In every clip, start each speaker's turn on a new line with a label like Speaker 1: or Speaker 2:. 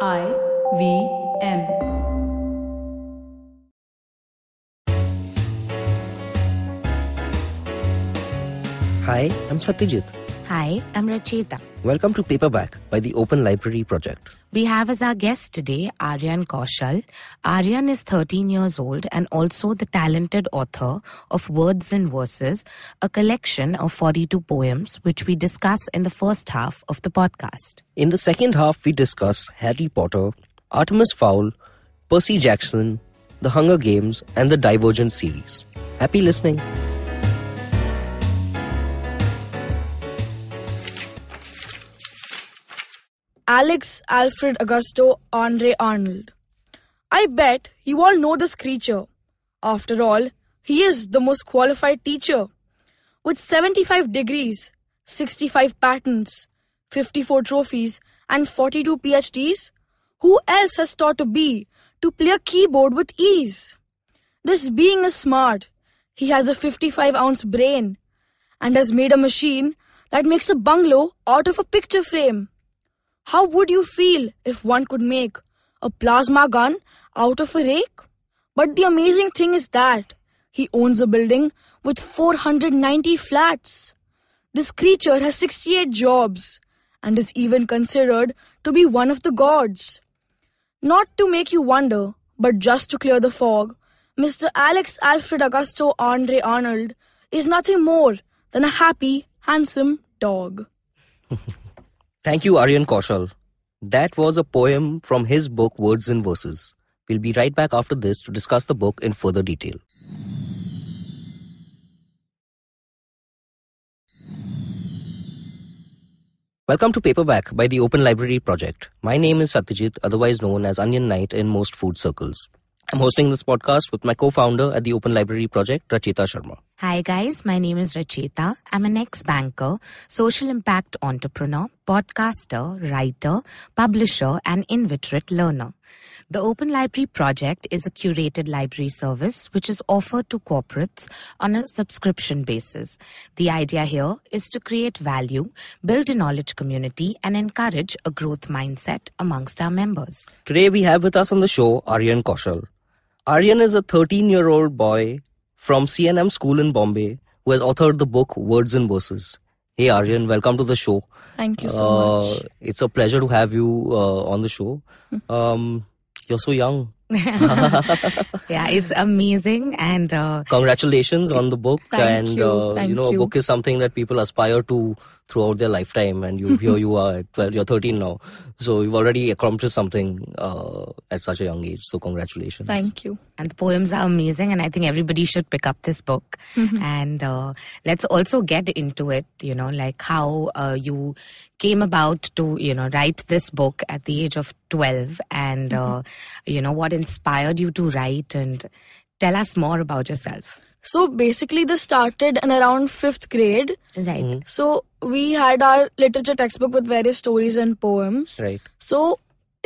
Speaker 1: I V M.
Speaker 2: Hi, I'm Satyajit.
Speaker 3: Hi, I'm Rachita.
Speaker 2: Welcome to Paperback by the Open Library Project.
Speaker 3: We have as our guest today Aryan Kaushal. Aryan is 13 years old and also the talented author of Words and Verses, a collection of 42 poems which we discuss in the first half of the podcast.
Speaker 2: In the second half, we discuss Harry Potter, Artemis Fowl, Percy Jackson, The Hunger Games, and the Divergent series. Happy listening.
Speaker 4: Alex Alfred Augusto Andre Arnold. I bet you all know this creature. After all, he is the most qualified teacher. With 75 degrees, 65 patents, 54 trophies, and 42 PhDs, who else has taught a bee to play a keyboard with ease? This being is smart. He has a 55 ounce brain and has made a machine that makes a bungalow out of a picture frame. How would you feel if one could make a plasma gun out of a rake? But the amazing thing is that he owns a building with 490 flats. This creature has 68 jobs and is even considered to be one of the gods. Not to make you wonder, but just to clear the fog, Mr. Alex Alfred Augusto Andre Arnold is nothing more than a happy, handsome dog.
Speaker 2: Thank you, Aryan Kaushal. That was a poem from his book Words and Verses. We'll be right back after this to discuss the book in further detail. Welcome to Paperback by the Open Library Project. My name is Satyajit, otherwise known as Onion Knight in most food circles. I'm hosting this podcast with my co founder at the Open Library Project, Rachita Sharma.
Speaker 3: Hi, guys. My name is Rachita. I'm an ex banker, social impact entrepreneur, podcaster, writer, publisher, and inveterate learner. The Open Library Project is a curated library service which is offered to corporates on a subscription basis. The idea here is to create value, build a knowledge community, and encourage a growth mindset amongst our members.
Speaker 2: Today we have with us on the show Aryan Kaushal. Aryan is a 13 year old boy from CNM School in Bombay who has authored the book Words and Verses. Hey Aryan, welcome to the show.
Speaker 4: Thank you so
Speaker 2: Uh,
Speaker 4: much. Hmm.
Speaker 2: It's a pleasure to have you uh, on the show. Um, you're so young.
Speaker 3: Yeah, it's amazing. And uh,
Speaker 2: Congratulations on the book,
Speaker 4: Thank
Speaker 2: and
Speaker 4: you,
Speaker 2: uh,
Speaker 4: thank
Speaker 2: you know, a
Speaker 4: you.
Speaker 2: book is something that people aspire to throughout their lifetime. And you here you are, at 12, you're 13 now, so you've already accomplished something uh, at such a young age. So congratulations.
Speaker 4: Thank you.
Speaker 3: and the poems are amazing and i think everybody should pick up this book and uh, let's also get into it you know like how uh, you came about to you know write this book at the age of 12 and uh, you know what inspired you to write and tell us more about yourself
Speaker 4: So basically, this started in around fifth grade.
Speaker 3: right
Speaker 4: So we had our literature textbook with various stories and poems.
Speaker 2: Right.
Speaker 4: So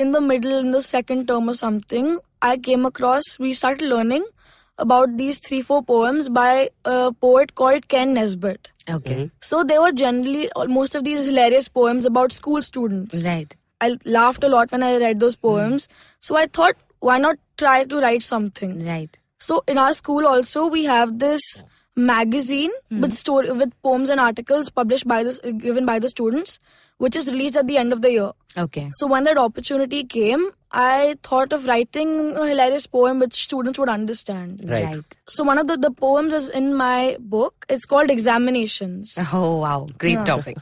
Speaker 4: in the middle, in the second term or something, I came across, we started learning about these three, four poems by a poet called Ken Nesbitt.
Speaker 2: Mm-hmm.
Speaker 3: okay
Speaker 4: So they were generally all- most of these hilarious poems about school
Speaker 2: Mm-hmm.
Speaker 4: students.
Speaker 3: right
Speaker 4: I laughed a lot when I read those poems. So I thought, why not try to write something?
Speaker 3: right
Speaker 4: So in our school also we have this
Speaker 2: Oh.
Speaker 4: magazine
Speaker 2: Hmm.
Speaker 4: with story with poems and articles published by the given by the students, which is released at the end of the year.
Speaker 3: okay
Speaker 4: So when that opportunity came, I thought of writing a hilarious poem which students would understand.
Speaker 2: Right.
Speaker 4: So one of the, the poems is in my book. It's called Examinations.
Speaker 2: Uh-huh.
Speaker 3: oh wow great topic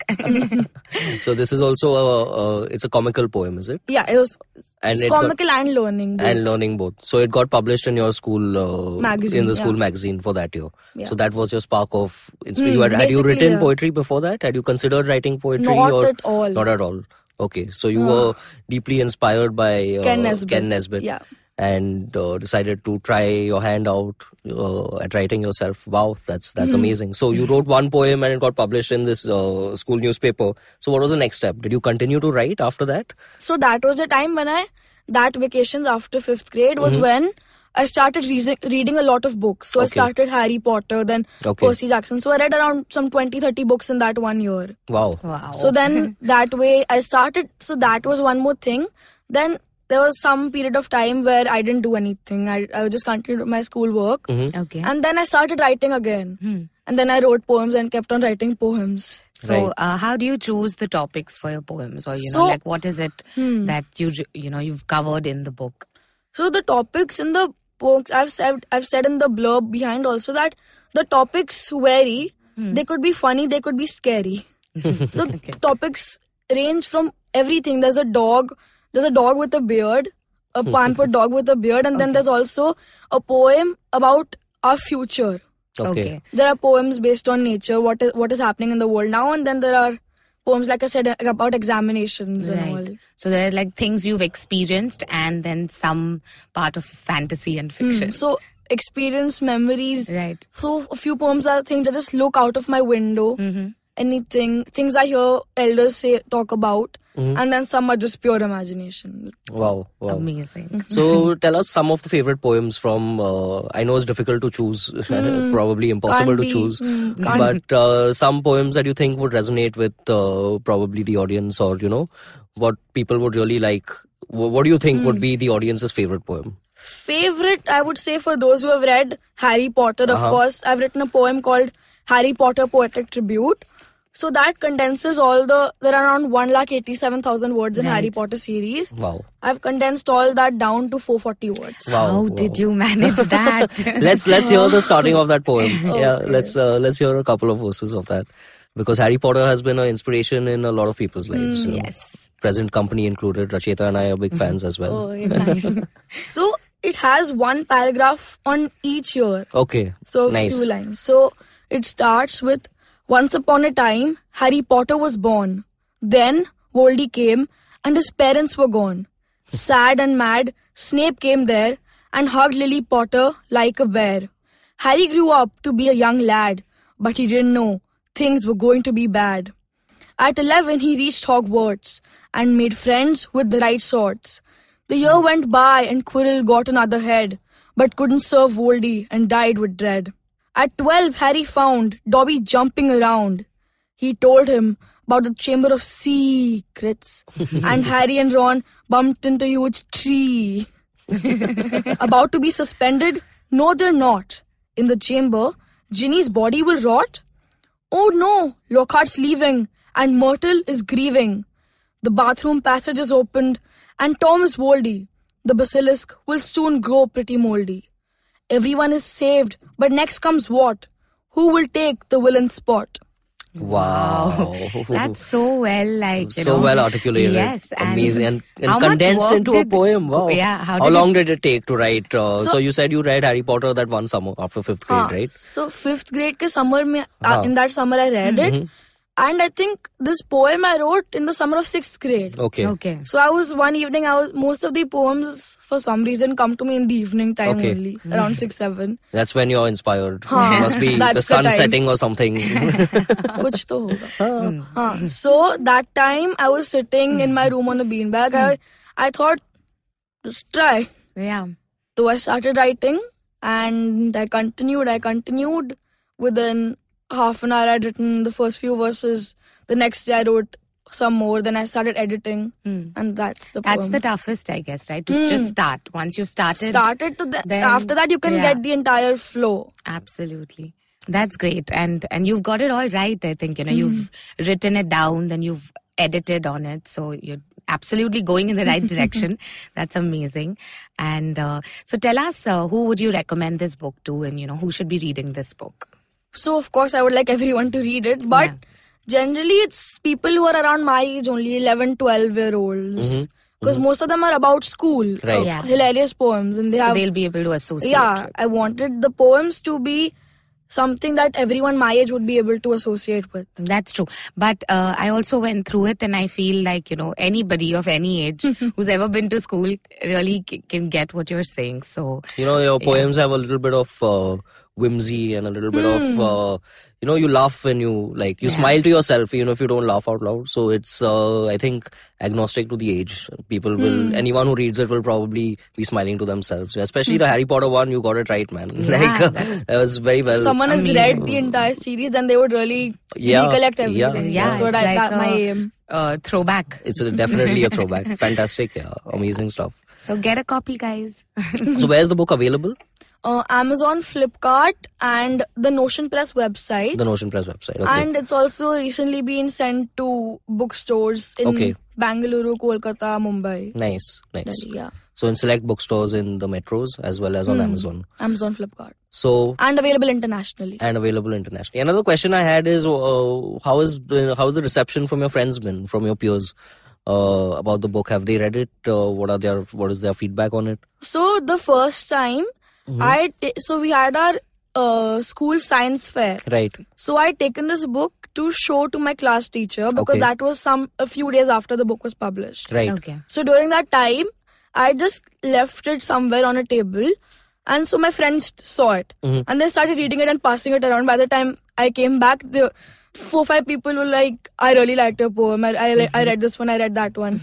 Speaker 2: So this is also a, a it's a comical poem, is it?
Speaker 4: Yeah, it was
Speaker 2: And
Speaker 4: it's
Speaker 2: it got-
Speaker 4: comical and learning. both.
Speaker 2: and learning both. So it got published in your school uh,
Speaker 4: Magazine,
Speaker 2: in the school
Speaker 4: yeah.
Speaker 2: magazine for that year.
Speaker 4: Yeah.
Speaker 2: So that was your spark of inspiration.
Speaker 4: Mm,
Speaker 2: you had, had you
Speaker 4: basically,
Speaker 2: written
Speaker 4: yeah.
Speaker 2: poetry before that? Had you considered writing poetry?
Speaker 4: Not
Speaker 2: or
Speaker 4: at all.
Speaker 2: Not at all. Okay, so you were deeply inspired by uh,
Speaker 4: Ken Nesbitt.
Speaker 2: Ken Nesbitt
Speaker 4: Yeah.
Speaker 2: and uh, decided to try your hand out uh, at writing yourself. Wow, that's that's
Speaker 4: Hmm.
Speaker 2: amazing. So you wrote one poem and it got published in this uh, school newspaper. So what was the next step? Did you continue to write after that?
Speaker 4: So that was the time when I that vacations after fifth grade was when I started reason, reading a lot of books. So I
Speaker 2: Mm-hmm. Okay.
Speaker 4: started Harry Potter, then
Speaker 2: Okay.
Speaker 4: Percy Jackson. So I read around some 20, 30 books in that one year.
Speaker 2: Wow.
Speaker 3: wow
Speaker 4: So then that way I started. So that was one more thing Then there was some period of time where I didn't do anything. I, I just continued my schoolwork.
Speaker 3: Okay.
Speaker 4: And then I started writing again.
Speaker 3: Hmm.
Speaker 4: And then I wrote poems and kept on writing poems.
Speaker 3: So,
Speaker 2: Right.
Speaker 3: uh, how do you choose the topics for your poems, or you know,
Speaker 4: So-
Speaker 3: like what is it
Speaker 4: Hmm.
Speaker 3: that you re- you know you've covered in the book?
Speaker 4: So the topics in the books I've said I've said in the blurb behind also that the topics vary.
Speaker 3: Hmm. Mm.
Speaker 4: They could be funny, they could be scary. so topics range from everything. There's a dog, there's a dog with a beard, a pampered dog with a beard, and then there's also a poem about our future.
Speaker 2: Okay.
Speaker 4: There are poems based on nature, what is what is happening in the world now, and then there are poems like I said about examinations and all.
Speaker 3: Right. So there are like things you've experienced, and then some part of fantasy
Speaker 2: Mm.
Speaker 3: and fiction.
Speaker 4: Hmm. So experience, memories.
Speaker 3: right.
Speaker 4: So a few poems are things I just look out of my window.
Speaker 3: Mm-hmm.
Speaker 4: Anything, things I hear elders say talk about,
Speaker 2: Mm-hmm.
Speaker 4: and then some are just pure imagination.
Speaker 2: Wow. Wow.
Speaker 3: Amazing.
Speaker 2: So tell us some of the favorite poems from. Uh, I know it's difficult to choose, probably impossible to
Speaker 4: Can't be-
Speaker 2: choose,
Speaker 4: hmm, can't
Speaker 2: but uh, some poems that you think would resonate with uh, probably the audience, or you know, what people would really like. Wh- What do you think would be the audience's favorite poem?
Speaker 4: favorite i would say for those who have read harry potter of
Speaker 2: Uh-huh.
Speaker 4: course i've written a poem called harry potter poetic tribute so that condenses all the there are around 187000 words
Speaker 3: Right.
Speaker 4: in harry potter series
Speaker 2: Wow.
Speaker 4: i've condensed all that down to 440 words
Speaker 2: Wow.
Speaker 3: how did you manage that?
Speaker 2: let's let's hear the starting of that poem. Yeah,
Speaker 4: Okay.
Speaker 2: let's uh, let's hear a couple of verses of that because Harry Potter has been an inspiration in a lot of people's lives. you know.
Speaker 3: Hmm, yes.
Speaker 2: Present company included. Racheta and I are
Speaker 3: Mm-hmm.
Speaker 2: big fans as well.
Speaker 4: Oh, yeah.
Speaker 3: Nice.
Speaker 4: so it has one paragraph on each year
Speaker 3: Oh.
Speaker 2: Okay.
Speaker 4: So
Speaker 2: Nice.
Speaker 4: few lines. So it starts with Once upon a time, Harry Potter was born. Then Voldy came and his parents were gone. Sad and mad, Snape came there and hugged Lily Potter like a bear. Harry grew up to be a young lad, but he didn't know things were going to be bad. At 11, he reached Hogwarts and made friends with the right sorts. The year went by and Quirrell got another head, but couldn't serve Voldy and died with dread. At 12, Harry found Dobby jumping around. He told him about the Chamber of Secrets, and Harry and Ron bumped into a huge tree. about to be suspended? No, they're not. In the chamber, Ginny's body will rot. Oh no, Lockhart's leaving, and Myrtle is grieving. The bathroom passage is opened, and Tom is moldy. The basilisk will soon grow pretty moldy. Everyone is saved, but next comes what? Who will take the villain's spot?
Speaker 2: Wow.
Speaker 3: That's so well, like you
Speaker 2: so
Speaker 3: know.
Speaker 2: well articulated.
Speaker 3: Yes,
Speaker 2: amazing, and, and
Speaker 3: how much
Speaker 2: condensed
Speaker 3: work
Speaker 2: into a
Speaker 3: did-
Speaker 2: poem. Wow.
Speaker 3: Yeah, how, did it-
Speaker 2: long did it take to write? Uh, so,
Speaker 4: So-
Speaker 2: you said you read Harry Potter that one summer after fifth grade,
Speaker 4: हाँ,
Speaker 2: right?
Speaker 4: So fifth grade के summer में
Speaker 2: हाँ.
Speaker 4: uh, in that summer I read
Speaker 2: Mm-hmm.
Speaker 4: it, and I think this poem I wrote in the summer of sixth grade.
Speaker 2: Okay.
Speaker 3: Okay.
Speaker 4: So I was one evening. I was most of the poems for some reason come to me in the evening time
Speaker 2: Okay.
Speaker 4: only around six seven.
Speaker 2: That's when you're inspired.
Speaker 4: Huh.
Speaker 2: It must be
Speaker 4: That's
Speaker 2: the
Speaker 4: the
Speaker 2: sun
Speaker 4: time.
Speaker 2: setting or something.
Speaker 4: कुछ तो होगा हाँ so that time I was sitting in my room on a beanbag I I thought just try
Speaker 3: Yeah.
Speaker 4: so I started writing and I continued I continued within half an hour I'd written the first few verses the next day I wrote some more then I started editing
Speaker 3: Hmm.
Speaker 4: and that's the
Speaker 3: That's
Speaker 4: poem.
Speaker 3: the toughest, I guess, right? To s-
Speaker 2: Hmm.
Speaker 3: just start. Once you've started,
Speaker 4: started to the,
Speaker 3: Then-
Speaker 4: after that you can
Speaker 3: yeah.
Speaker 4: get the entire flow
Speaker 3: Absolutely. That's great. And and you've got it all right, I think. You know, you've
Speaker 2: Mm-hmm.
Speaker 3: written it down, then you've edited on it. So you're absolutely going in the right direction. That's amazing. And uh, so tell us, uh, who would you recommend this book to? And, you know, who should be reading this book?
Speaker 4: so of course I would like everyone to read it but
Speaker 3: Yeah.
Speaker 4: generally it's people who are around my age only 11 12 year olds because most of them are about school
Speaker 2: Mm-hmm. Right.
Speaker 3: Yeah.
Speaker 4: hilarious poems and they
Speaker 3: so
Speaker 4: have
Speaker 3: they'll be able to associate.
Speaker 4: yeah
Speaker 3: with-
Speaker 4: i wanted the poems to be something that everyone my age would be able to associate with
Speaker 3: That's true. But uh, I also went through it, and I feel like, you know, anybody of any age who's ever been to school really c- can get what you're saying. So,
Speaker 2: you know, your poems have a little bit of uh, whimsy and a little bit of uh, you know you laugh when you like you
Speaker 3: Yeah.
Speaker 2: smile to yourself you know if you don't laugh out loud so it's uh, i think agnostic to the age people will anyone who reads it will probably be smiling to themselves especially the harry potter one you got it right man
Speaker 3: Yeah,
Speaker 2: like uh,
Speaker 3: that's-
Speaker 2: that was very well
Speaker 4: If someone has
Speaker 3: amazing.
Speaker 4: read the entire series, then they would really
Speaker 2: Yeah,
Speaker 4: recollect
Speaker 2: yeah,
Speaker 4: everything.
Speaker 2: yeah.
Speaker 4: That's what
Speaker 3: It's
Speaker 4: I
Speaker 3: like
Speaker 4: that my
Speaker 3: a-
Speaker 4: aim.
Speaker 3: Uh, throwback.
Speaker 2: it's a, definitely a throwback fantastic yeah amazing stuff
Speaker 3: So get a copy, guys.
Speaker 2: so where's the book available
Speaker 4: Uh, Amazon, Flipkart, and the Notion Press website,
Speaker 2: the notion press website okay
Speaker 4: and it's also recently been sent to bookstores in
Speaker 2: Okay.
Speaker 4: Bangalore, Kolkata, Mumbai.
Speaker 2: nice nice
Speaker 4: Delhi, Yeah,
Speaker 2: so in select bookstores in the metros as well as on
Speaker 4: Hmm.
Speaker 2: amazon
Speaker 4: Amazon, Flipkart,
Speaker 2: so
Speaker 4: and available internationally.
Speaker 2: and available internationally. Another question I had is, uh, how is the how is the reception from your friends been, from your peers, uh, about the book? Have they read it? Uh, what are their what is their feedback on it?
Speaker 4: So the first time
Speaker 2: Mhm.
Speaker 4: I ta- so we had our uh, school science fair.
Speaker 2: right,
Speaker 4: So I had taken this book to show to my class teacher because
Speaker 2: Okay.
Speaker 4: that was some a few days after the book was published.
Speaker 2: right,
Speaker 3: Okay.
Speaker 4: So during that time, I just left it somewhere on a table, and so my friends saw it
Speaker 2: Mhm.
Speaker 4: and they started reading it and passing it around. By the time I came back, the four five people were like, "I really liked your poem. I I, I read this one. I read that one."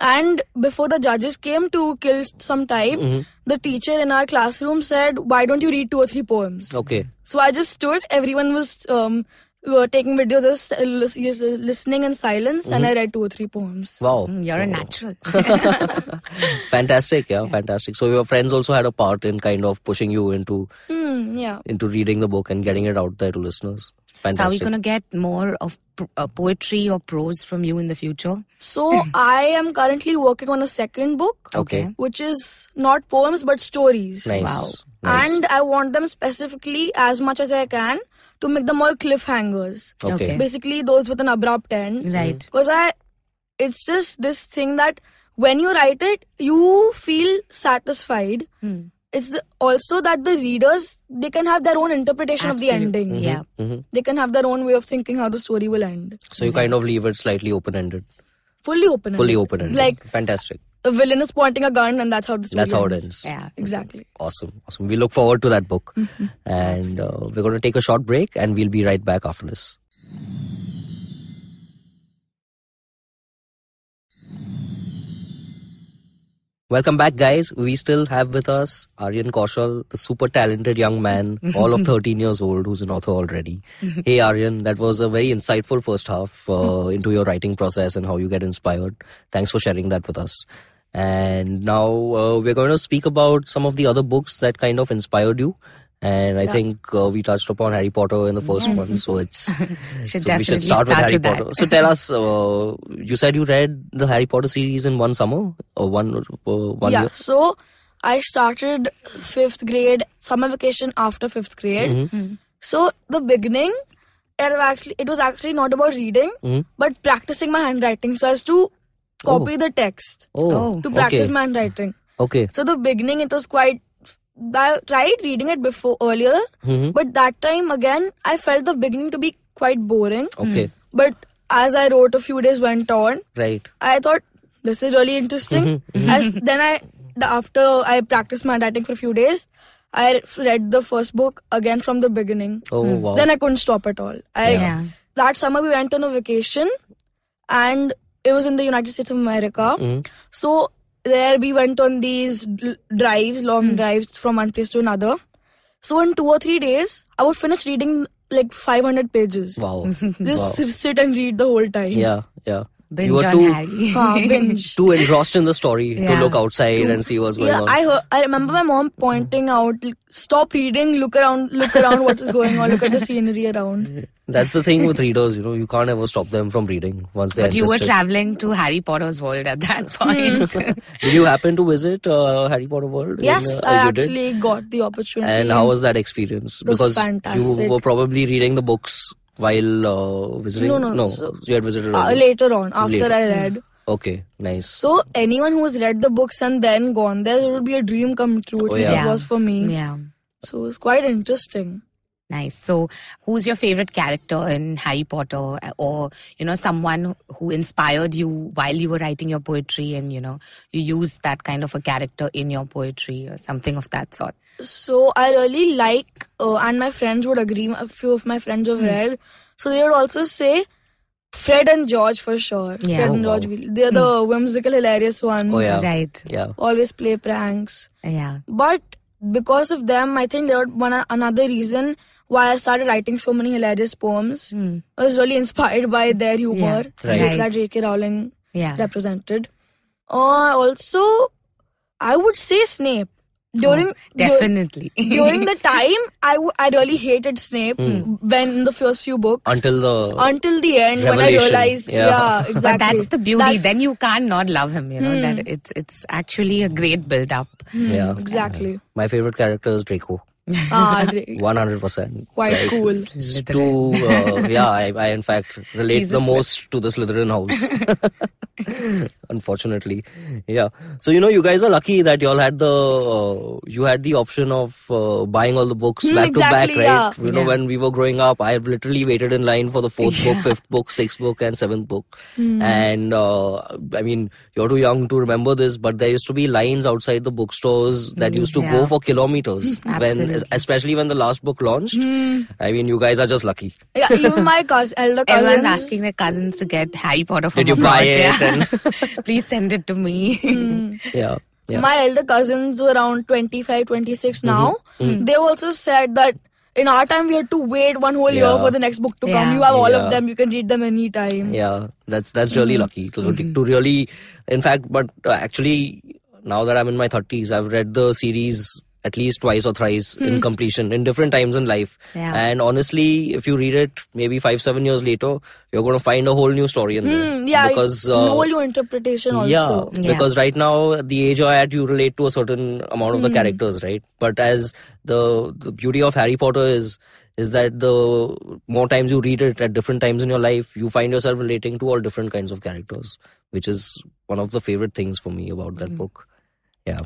Speaker 4: And before the judges came to kill some time,
Speaker 2: Mhm.
Speaker 4: the teacher in our classroom said, "Why don't you read two or three poems?"
Speaker 2: okay,
Speaker 4: So I just stood. Everyone was um, were taking videos, just uh, lis- lis- listening in silence, and I read two or three poems.
Speaker 2: wow,
Speaker 3: Mm, You're a
Speaker 2: Oh,
Speaker 3: natural.
Speaker 2: fantastic, yeah, fantastic. So your friends also had a part in kind of pushing you into
Speaker 4: Hmm. Yeah.
Speaker 2: into reading the book and getting it out there to listeners.
Speaker 3: So are we
Speaker 2: Fantastic.
Speaker 3: going to get more of p- uh, poetry or prose from you in the future?
Speaker 4: So I am currently working on a second book,
Speaker 2: okay,
Speaker 3: Okay.
Speaker 4: which is not poems but stories.
Speaker 2: nice.
Speaker 3: Wow.
Speaker 2: nice.
Speaker 4: And I want them specifically as much as I can to make them all cliffhangers.
Speaker 2: okay, Mm.
Speaker 3: Okay.
Speaker 4: Basically, those with an abrupt end.
Speaker 3: Right.
Speaker 4: Because I, it's just this thing that when you write it, you feel satisfied.
Speaker 3: Hmm.
Speaker 4: It's the, also that the readers they can have their own interpretation of the
Speaker 3: Absolute-
Speaker 4: ending.
Speaker 2: Mhm,
Speaker 3: Yeah.
Speaker 2: mhm.
Speaker 4: They can have their own way of thinking how the story will end.
Speaker 2: So you kind of leave it slightly open ended,
Speaker 4: Fully open.
Speaker 2: fully open ended.
Speaker 4: Like
Speaker 2: fantastic.
Speaker 4: the villain is pointing a gun, and that's how the story.
Speaker 2: That's how it
Speaker 4: ends.
Speaker 2: ends.
Speaker 3: Yeah.
Speaker 4: Exactly.
Speaker 2: Awesome. Awesome. We look forward to that book. And uh, we're going to take a short break and we'll be right back after this. Welcome back, guys. We still have with us Aryan Kaushal, the super talented young man, all of 13 years old, who's an author already. hey, Aryan, that was a very insightful first half uh, into your writing process and how you get inspired. Thanks for sharing that with us. And now uh, we're going to speak about some of the other books that kind of inspired you. And I
Speaker 4: Yeah.
Speaker 2: think uh, we touched upon Harry Potter in the first
Speaker 3: Yes.
Speaker 2: one, so it's
Speaker 3: Should
Speaker 2: so we
Speaker 3: definitely
Speaker 2: should start, with Harry
Speaker 3: with that.
Speaker 2: Potter. So tell us, uh, you said you read the Harry Potter series in one summer or one uh, one
Speaker 4: yeah.
Speaker 2: year.
Speaker 4: So I started fifth grade summer vacation after fifth grade.
Speaker 2: Mhm.
Speaker 3: Hmm.
Speaker 4: So the beginning, it was actually it was actually not about reading,
Speaker 2: Mhm.
Speaker 4: but practicing my handwriting. So as to copy the text
Speaker 2: Oh,
Speaker 4: to
Speaker 2: okay,
Speaker 4: practice my handwriting.
Speaker 2: okay,
Speaker 4: So the beginning, it was quite. I tried reading it before earlier,
Speaker 2: Mhm.
Speaker 4: but that time again, I felt the beginning to be quite boring.
Speaker 2: okay,
Speaker 4: But as I wrote, a few days went on,
Speaker 2: right,
Speaker 4: I thought this is really interesting.
Speaker 2: Mm-hmm.
Speaker 4: As then I the- after I practiced my handwriting for a few days, I re- read the first book again from the beginning.
Speaker 2: oh wow,
Speaker 4: Hmm. Then I couldn't stop at all. I
Speaker 3: Yeah.
Speaker 4: that summer we went on a vacation, and it was in the United States of America.
Speaker 2: Mhm.
Speaker 4: So there we went on these l- drives,
Speaker 2: Mm-hmm.
Speaker 4: long drives from one place to another. So in two or three days, I would finish reading like 500 pages.
Speaker 2: wow,
Speaker 4: Just
Speaker 2: wow.
Speaker 4: s- sit and read the whole time.
Speaker 2: yeah, yeah.
Speaker 3: Binge
Speaker 2: you were
Speaker 3: on
Speaker 2: too
Speaker 3: Harry.
Speaker 4: Ah, binge.
Speaker 2: too engrossed in the story
Speaker 3: Yeah.
Speaker 2: to look outside and see what's going
Speaker 4: yeah,
Speaker 2: on.
Speaker 4: I heard, I remember my mom pointing out, like, stop reading, look around, look around, what is going on, look at the scenery around.
Speaker 2: That's the thing with readers, you know, you can't ever stop them from reading once they're
Speaker 3: But you were
Speaker 2: interested.
Speaker 3: traveling to Harry Potter's world at that point.
Speaker 2: Did you happen to visit uh, Harry Potter World? in,
Speaker 4: Yes,
Speaker 2: uh,
Speaker 4: I
Speaker 2: you did?
Speaker 4: actually got the opportunity.
Speaker 2: And how was that experience?
Speaker 4: was
Speaker 2: Because you
Speaker 4: fantastic.
Speaker 2: were probably reading the books while uh, visiting.
Speaker 4: No, no, so-
Speaker 2: you had visited.
Speaker 4: uh,
Speaker 2: already.
Speaker 4: later on after
Speaker 2: Later.
Speaker 4: I read?
Speaker 2: Okay, nice.
Speaker 4: So anyone who has read the books and then gone there, it would be a dream come true. At
Speaker 2: Oh,
Speaker 4: least
Speaker 2: yeah.
Speaker 4: it was for me.
Speaker 3: yeah.
Speaker 4: So it was quite interesting.
Speaker 3: Nice. So, who's your favorite character in Harry Potter, or you know, someone who inspired you while you were writing your poetry, and you know, you used that kind of a character in your poetry or something of that sort?
Speaker 4: So I really like, uh, and my friends would agree. A few of my friends have read, so they would also say Fred and George for sure.
Speaker 3: Yeah.
Speaker 4: Fred
Speaker 2: Oh,
Speaker 4: and
Speaker 2: wow.
Speaker 4: George, we- they're the whimsical, hilarious ones.
Speaker 2: Oh, yeah.
Speaker 3: Right.
Speaker 2: Yeah.
Speaker 4: Always play pranks,
Speaker 3: Yeah.
Speaker 4: but because of them, I think they were one another reason why I started writing so many hilarious poems.
Speaker 3: Hmm.
Speaker 4: I was really inspired by their humor
Speaker 2: Right.
Speaker 3: Right.
Speaker 4: that J.K. Rowling
Speaker 3: Yeah.
Speaker 4: represented. Uh, also, I would say Snape during
Speaker 3: Oh,
Speaker 4: dur-
Speaker 3: Definitely.
Speaker 4: during the time I, w- I really hated snape when in the first few books
Speaker 2: Until the
Speaker 4: until the end when i
Speaker 2: Revelation.
Speaker 4: realized yeah,
Speaker 2: Yeah.
Speaker 4: exactly
Speaker 3: But that's the beauty.
Speaker 4: That's- Hmm.
Speaker 3: then you can't not love him. You know that it's it's actually a great build up.
Speaker 2: yeah.
Speaker 4: exactly
Speaker 2: My favorite character is Draco.
Speaker 4: ah, re-
Speaker 2: One hundred percent.
Speaker 4: quite cool
Speaker 2: It's too, uh, yeah, I, I in fact relate
Speaker 3: He's a
Speaker 2: the
Speaker 3: Slyth-
Speaker 2: most to the Slytherin house. Unfortunately, yeah. So you know, you guys are lucky that y'all had the uh, you had the option of uh, buying all the books
Speaker 4: Hmm,
Speaker 2: back to back,
Speaker 4: exactly,
Speaker 2: right?
Speaker 4: yeah.
Speaker 2: You know,
Speaker 3: Yeah.
Speaker 2: when we were growing up, I literally waited in line for the fourth book, fifth book, sixth book, and seventh book.
Speaker 3: Hmm.
Speaker 2: And uh, I mean, you're too young to remember this, but there used to be lines outside the bookstores that used to
Speaker 3: Hmm. yeah. Hmm.
Speaker 2: go for kilometers when,
Speaker 3: Absolutely. Hmm.
Speaker 2: especially when the last book launched. I mean, you guys are just lucky.
Speaker 4: yeah, even my cousin elder
Speaker 3: Everyone's
Speaker 4: cousins
Speaker 3: asking their cousins to get Harry Potter from
Speaker 2: Did you
Speaker 3: abroad.
Speaker 2: buy it?
Speaker 3: Yeah.
Speaker 2: And-
Speaker 3: Please send it to me.
Speaker 4: Hmm.
Speaker 2: yeah, yeah. Mm-hmm.
Speaker 4: my elder cousins were around 25 26 now they also said that in our time we had to wait one whole year
Speaker 2: Yeah.
Speaker 4: for the next book to
Speaker 3: Yeah.
Speaker 4: come you have all of
Speaker 2: Yeah.
Speaker 4: them you can read them
Speaker 3: Hmm.
Speaker 4: anytime
Speaker 2: yeah, that's that's really lucky to, to really, in fact, but uh, actually, now that I'm in my 30s, I've read the series at least twice or thrice
Speaker 3: Hmm.
Speaker 2: in completion in different times in life.
Speaker 3: Yeah.
Speaker 2: And honestly, if you read it maybe five, seven years later, you're going to find a whole new story in there.
Speaker 4: Hmm, yeah
Speaker 2: because
Speaker 4: because
Speaker 2: uh,
Speaker 4: know your interpretation also
Speaker 2: Yeah,
Speaker 3: Yeah.
Speaker 2: because right now at the age you're at, you relate to a certain amount
Speaker 4: Mm-hmm.
Speaker 2: of the characters, right? But as the the beauty of Harry Potter is is that the more times you read it at different times in your life, you find yourself relating to all different kinds of characters, which is one of the favorite things for me about
Speaker 4: Mm.
Speaker 2: that book. Yeah,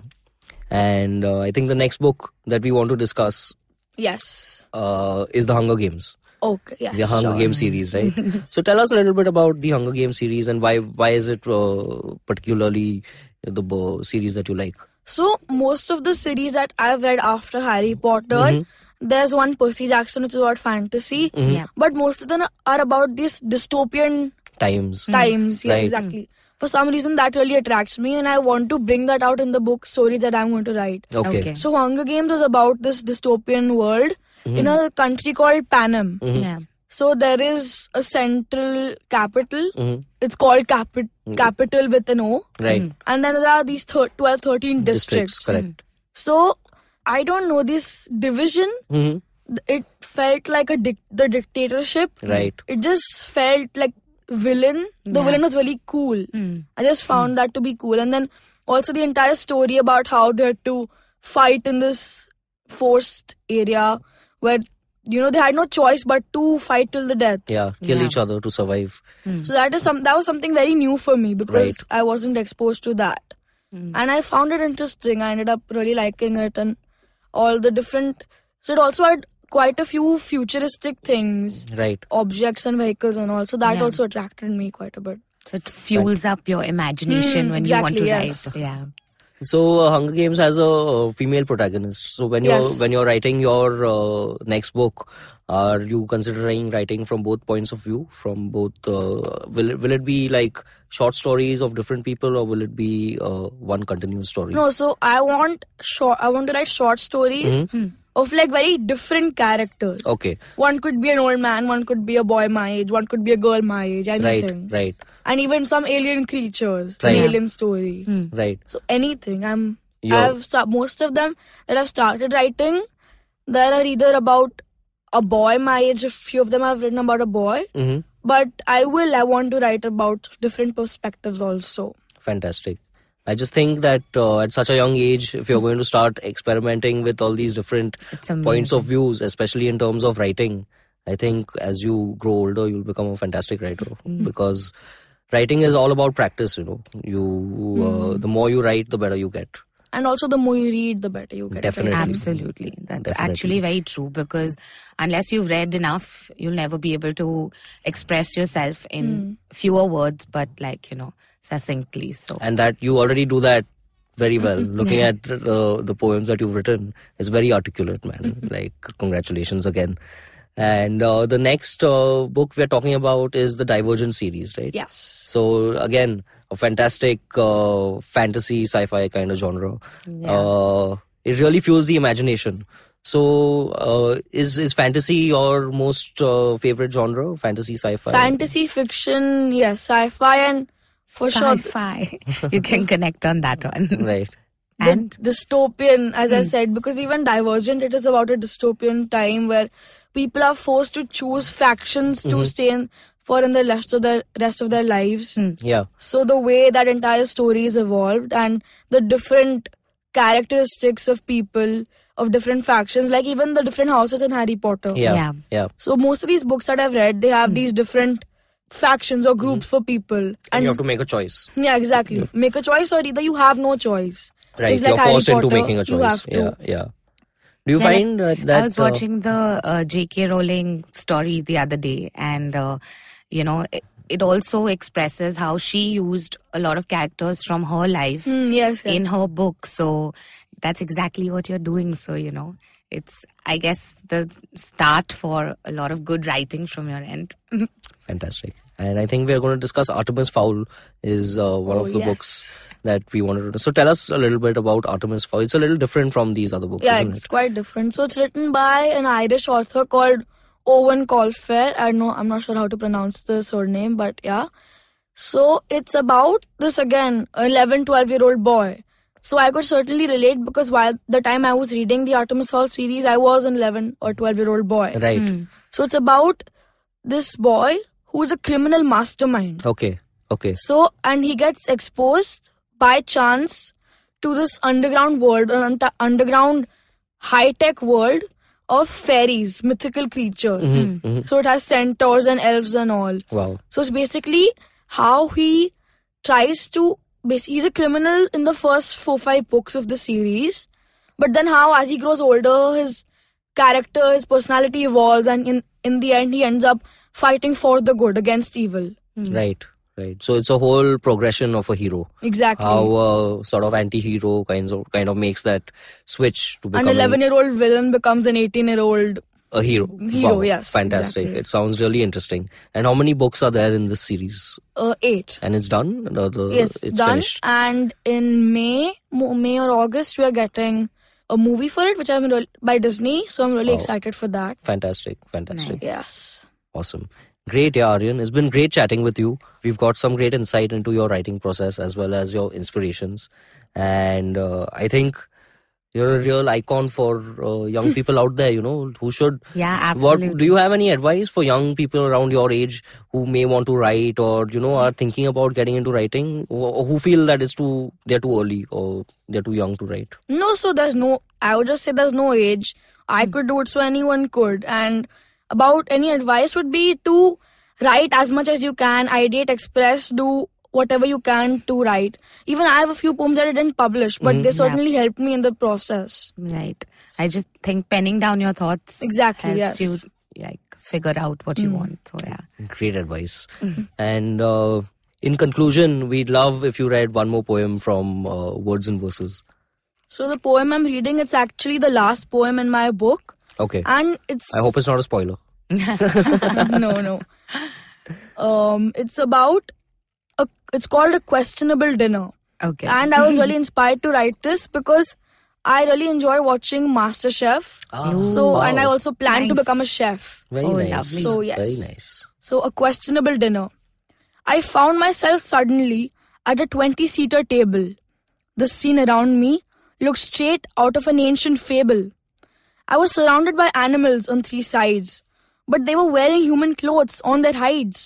Speaker 2: and uh, I think the next book that we want to discuss
Speaker 4: yes
Speaker 2: uh, is the Hunger Games
Speaker 4: okay yes
Speaker 2: the Hunger
Speaker 4: sure.
Speaker 2: Games series, right? so tell us a little bit about the Hunger Games series and why why is it uh, particularly the bo- series that you like?
Speaker 4: So most of the series that I've read after Harry Potter,
Speaker 2: Mm-hmm.
Speaker 4: there's one Percy Jackson which is about fantasy,
Speaker 3: Yeah.
Speaker 4: but most of them are about these dystopian
Speaker 2: Times.
Speaker 3: Mm,
Speaker 4: times. Yeah,
Speaker 2: Mm. Right.
Speaker 4: exactly. For some reason, that really attracts me, and I want to bring that out in the book stories that I'm going to write.
Speaker 2: Okay.
Speaker 3: Okay.
Speaker 4: So Hunger Games was about this dystopian world in
Speaker 2: Mm-hmm.
Speaker 4: a country called Panem.
Speaker 2: Mm.
Speaker 3: Yeah.
Speaker 4: So there is a central capital.
Speaker 2: Mhm.
Speaker 4: It's called Capit-
Speaker 2: Mm.
Speaker 4: Capital with an O.
Speaker 2: Right.
Speaker 3: Mm.
Speaker 4: And then there are these thir- 12, 13 districts.
Speaker 2: Correct.
Speaker 4: So I don't know this division.
Speaker 3: Mm.
Speaker 2: hmm
Speaker 4: It felt like a dic- the dictatorship.
Speaker 3: Mm.
Speaker 2: Right.
Speaker 4: It just felt like villain. The
Speaker 3: Yeah.
Speaker 4: villain was really cool.
Speaker 3: Mm.
Speaker 4: I just found that to be cool. And then also the entire story about how they had to fight in this forced area where you know they had no choice but to fight till the death.
Speaker 2: Yeah. Kill
Speaker 3: Yeah.
Speaker 2: each other to survive.
Speaker 4: So that is some that was something very new for me because
Speaker 2: Right.
Speaker 4: I wasn't exposed to that. And I found it interesting. I ended up really liking it and all the different so it also had quite a few futuristic things.
Speaker 2: Right.
Speaker 4: Objects and vehicles and all. So that
Speaker 3: Yeah.
Speaker 4: also attracted me quite a bit.
Speaker 3: So it fuels up your imagination
Speaker 4: Mm,
Speaker 3: when you
Speaker 4: exactly,
Speaker 3: want to
Speaker 4: yes.
Speaker 3: write. Yeah.
Speaker 2: So uh, Hunger Games has a uh, female protagonist. So when you're
Speaker 4: Yes.
Speaker 2: when you're writing your uh, next book, are you considering writing from both points of view? From both, uh, will it, will it be like short stories of different people, or will it be uh, one continuous story?
Speaker 4: No, so I want short I want to write short stories of like very different characters.
Speaker 2: Mm-hmm. Okay.
Speaker 4: One could be an old man, one could be a boy my age, one could be a girl my age,
Speaker 2: Right.
Speaker 4: anything.
Speaker 2: Right.
Speaker 4: And even some alien creatures,
Speaker 2: Right.
Speaker 4: an alien story.
Speaker 2: Right.
Speaker 4: So anything. I'm
Speaker 2: You're-
Speaker 4: I've sta- most of them that I've started writing, there are either about a boy my age. A few of them I've written about a boy,
Speaker 2: hmm
Speaker 4: but I will. I want to write about different perspectives also.
Speaker 2: Fantastic. I just think that uh, at such a young age, if you're
Speaker 4: Mm-hmm.
Speaker 2: going to start experimenting with all these different
Speaker 3: It's amazing.
Speaker 2: points of views, especially in terms of writing, I think as you grow older, you'll become a fantastic writer because writing is all about practice. You know, you uh, the more you write, the better you get.
Speaker 4: And also, the more you read, the better you get.
Speaker 2: Definitely.
Speaker 4: Right?
Speaker 3: Absolutely. That's
Speaker 2: Definitely.
Speaker 3: actually very true because unless you've read enough, you'll never be able to express yourself in
Speaker 4: Mm.
Speaker 3: fewer words, but like, you know, succinctly. So,
Speaker 2: and that you already do that very well looking at uh, the poems that you've written is very articulate man like congratulations again and uh, the next uh, book we're talking about is the divergent series right
Speaker 4: Yes.
Speaker 2: so again a fantastic uh, fantasy sci-fi kind of genre
Speaker 3: yeah.
Speaker 2: uh, it really fuels the imagination so uh, is is fantasy your most uh, favorite genre fantasy sci-fi
Speaker 4: Fantasy fiction, yes, sci-fi, and for sure-
Speaker 3: Sci-fi. you can connect on that one.
Speaker 2: right
Speaker 3: And
Speaker 4: the dystopian, as I said, because even Divergent, it is about a dystopian time where people are forced to choose factions to stay in for in the rest of their rest of their lives.
Speaker 2: yeah
Speaker 4: So the way that entire story is evolved and the different characteristics of people of different factions, like even the different houses in Harry Potter.
Speaker 2: yeah yeah,
Speaker 3: Yeah.
Speaker 4: So most of these books that I've read, they have these different factions or groups for people,
Speaker 2: and you have to make a choice
Speaker 4: yeah, exactly. Make a choice, or either you have no choice.
Speaker 2: right
Speaker 4: It's like
Speaker 2: you're
Speaker 4: Harry
Speaker 2: forced into
Speaker 4: Potter,
Speaker 2: making a
Speaker 4: you
Speaker 2: choice
Speaker 4: have to.
Speaker 2: yeah yeah do you
Speaker 3: Yeah, like,
Speaker 2: find uh, that
Speaker 3: I was
Speaker 2: uh,
Speaker 3: watching the uh, J.K. Rowling story the other day, and uh, you know, it, it also expresses how she used a lot of characters from her life
Speaker 4: Hmm, yes, yes.
Speaker 3: in her book. So that's exactly what you're doing. So you know, it's I guess the start for a lot of good writing from your end.
Speaker 2: fantastic and i think we are going to discuss artemis fowl is uh, one
Speaker 4: Oh,
Speaker 2: of the
Speaker 4: yes.
Speaker 2: books that we wanted to so tell us a little bit about artemis fowl it's a little different from these other books
Speaker 4: Yeah,
Speaker 2: isn't
Speaker 4: it's quite different. So it's written by an Irish author called Owen Colfair. I know I'm not sure how to pronounce the surname, but yeah. So it's about this again, 11, 12 year old boy. So I could certainly relate because while the time I was reading the Artemis Hall series, I was an 11 or 12 year old boy.
Speaker 2: it right
Speaker 3: Mm.
Speaker 4: So it's about this boy who is a criminal mastermind.
Speaker 2: okay okay
Speaker 4: So, and he gets exposed by chance to this underground world, an unt- underground high tech world of fairies, mythical creatures.
Speaker 2: Mhm.
Speaker 4: So, it has centaurs and elves and all.
Speaker 2: wow
Speaker 4: So, it's basically how he tries to. bas- He's a criminal in the first four, five books of the series. But then, how as he grows older, his character, his personality evolves, and in, in the end, he ends up fighting for the good against evil. Mm,
Speaker 2: right right so it's a whole progression of a hero
Speaker 4: Exactly.
Speaker 2: how uh, sort of anti-hero kinds of kind of makes that switch to
Speaker 4: an
Speaker 2: becoming
Speaker 4: 11 year old villain becomes an 18 year old
Speaker 2: a hero
Speaker 4: Hero,
Speaker 2: Wow,
Speaker 4: yes,
Speaker 2: fantastic
Speaker 4: exactly.
Speaker 2: it sounds really interesting and how many books are there in this series
Speaker 4: uh, 8
Speaker 2: and it's done The- the-
Speaker 4: yes
Speaker 2: Uh, it's
Speaker 4: done
Speaker 2: finished
Speaker 4: and in may Mo- may or august we are getting a movie for it which i'm real by disney so i'm really
Speaker 2: Wow.
Speaker 4: excited for that
Speaker 2: fantastic fantastic
Speaker 3: Nice.
Speaker 4: yes
Speaker 2: awesome great yeah aryan it's been great chatting with you we've got some great insight into your writing process as well as your inspirations and uh, i think you're a real icon for uh, young people out there you know who should
Speaker 3: Yeah,
Speaker 2: what
Speaker 3: absolutely.
Speaker 2: do you have any advice for young people around your age who may want to write or you know are thinking about getting into writing or who feel that it's too they're too early or they're too young to write
Speaker 4: no so there's no i would just say there's no age i
Speaker 2: Hmm.
Speaker 4: could do it so anyone could and about any advice would be to write as much as you can ideate express do whatever you can to write even i have a few poems that i didn't publish but
Speaker 2: Mm-hmm.
Speaker 4: they
Speaker 3: Yeah.
Speaker 4: certainly helped me in the process
Speaker 3: Right. I just think penning down your thoughts
Speaker 4: Exactly,
Speaker 3: helps
Speaker 4: yes.
Speaker 3: you like figure out what you want. So yeah.
Speaker 2: great advice
Speaker 4: Mm-hmm.
Speaker 2: and uh, in conclusion we'd love if you read one more poem from uh, words and verses
Speaker 4: So the poem I'm reading, it's actually the last poem in my book,
Speaker 2: okay
Speaker 4: and it's.
Speaker 2: i hope it's not a spoiler
Speaker 4: no, no. Um, it's about a. It's called a questionable dinner,
Speaker 3: Okay.
Speaker 4: and I was really inspired to write this because I really enjoy watching MasterChef. Ah. so, and I also plan to
Speaker 3: Nice.
Speaker 4: become a chef.
Speaker 2: very
Speaker 3: Oh,
Speaker 2: nice
Speaker 3: lovely.
Speaker 4: So, yes.
Speaker 2: very nice
Speaker 4: So a questionable dinner. I found myself suddenly at a 20-seater table. The scene around me looked straight out of an ancient fable. I was surrounded by animals on three sides, but they were wearing human clothes on their hides.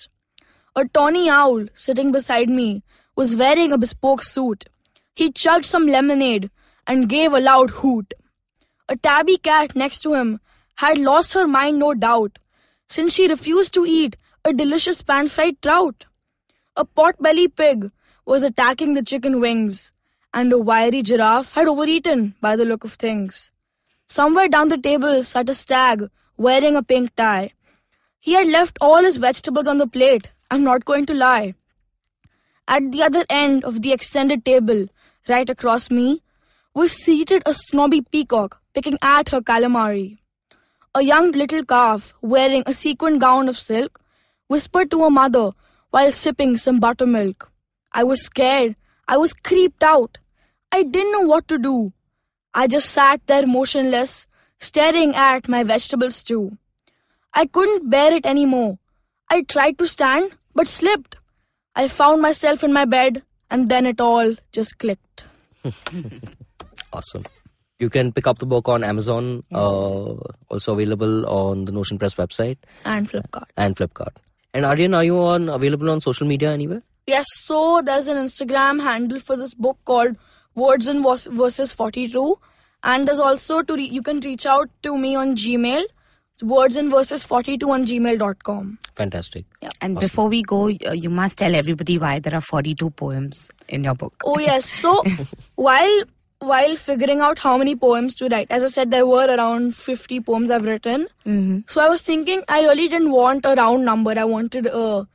Speaker 4: A tawny owl sitting beside me was wearing a bespoke suit. He chugged some lemonade and gave a loud hoot. A tabby cat next to him had lost her mind, no doubt, since she refused to eat a delicious pan fried trout. A pot belly pig was attacking the chicken wings, and a wiry giraffe had overeaten by the look of things. Somewhere down the table sat a stag wearing a pink tie. He had left all his vegetables on the plate, I'm not going to lie. At the other end of the extended table, right across me, was seated a snobby peacock picking at her calamari. A young little calf wearing a sequined gown of silk whispered to her mother while sipping some buttermilk. I was scared. I was creeped out. I didn't know what to do. I just sat there motionless, staring at my vegetable stew. I couldn't bear it anymore. I tried to stand but slipped. I found myself in my bed and then it all just clicked.
Speaker 2: Awesome. You can pick up the book on Amazon, uh, also available on the Notion Press website
Speaker 4: And Flipkart.
Speaker 2: and Flipkart. And Aryan, are you on available on social media anywhere?
Speaker 4: Yes, so there's an Instagram handle for this book called Words and Vers- Verses 42, and there's also to re- you can reach out to me on Gmail, Words and Verses 42 on gmail.com.
Speaker 2: Fantastic.
Speaker 3: And before we go, uh, you must tell everybody why there are 42 poems in your book.
Speaker 4: Oh yes, so while while figuring out how many poems to write, as I said, there were around 50 poems I've written.
Speaker 3: Mm-hmm.
Speaker 4: So I was thinking I really didn't want a round number. I wanted a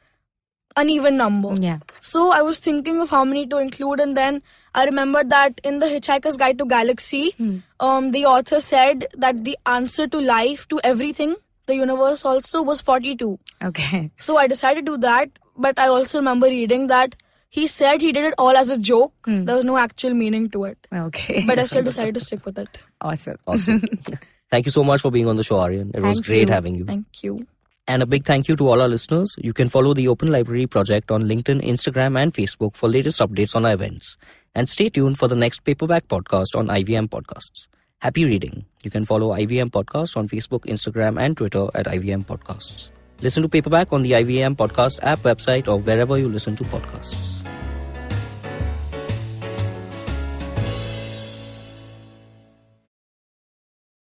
Speaker 4: an even number.
Speaker 3: Yeah.
Speaker 4: So I was thinking of how many to include, and then I remembered that in the Hitchhiker's Guide to Galaxy, um, the author said that the answer to life, to everything, the universe also was 42.
Speaker 3: Okay.
Speaker 4: So I decided to do that, but I also remember reading that he said he did it all as a joke. There was no actual meaning to it,
Speaker 3: Okay.
Speaker 4: but uh, I still decided to stick with it.
Speaker 3: awesome.
Speaker 2: Awesome. Thank you so much for being on the show, Aryan. It was
Speaker 3: Thank
Speaker 2: great
Speaker 3: you.
Speaker 2: having you.
Speaker 4: Thank you.
Speaker 2: And a big thank you to all our listeners. You can follow the Open Library Project on LinkedIn, Instagram, and Facebook for latest updates on our events. And stay tuned for the next paperback podcast on IVM Podcasts. Happy reading. You can follow IVM Podcast on Facebook, Instagram, and Twitter at IVM Podcasts. Listen to paperback on the IVM Podcast app, website, or wherever you listen to podcasts.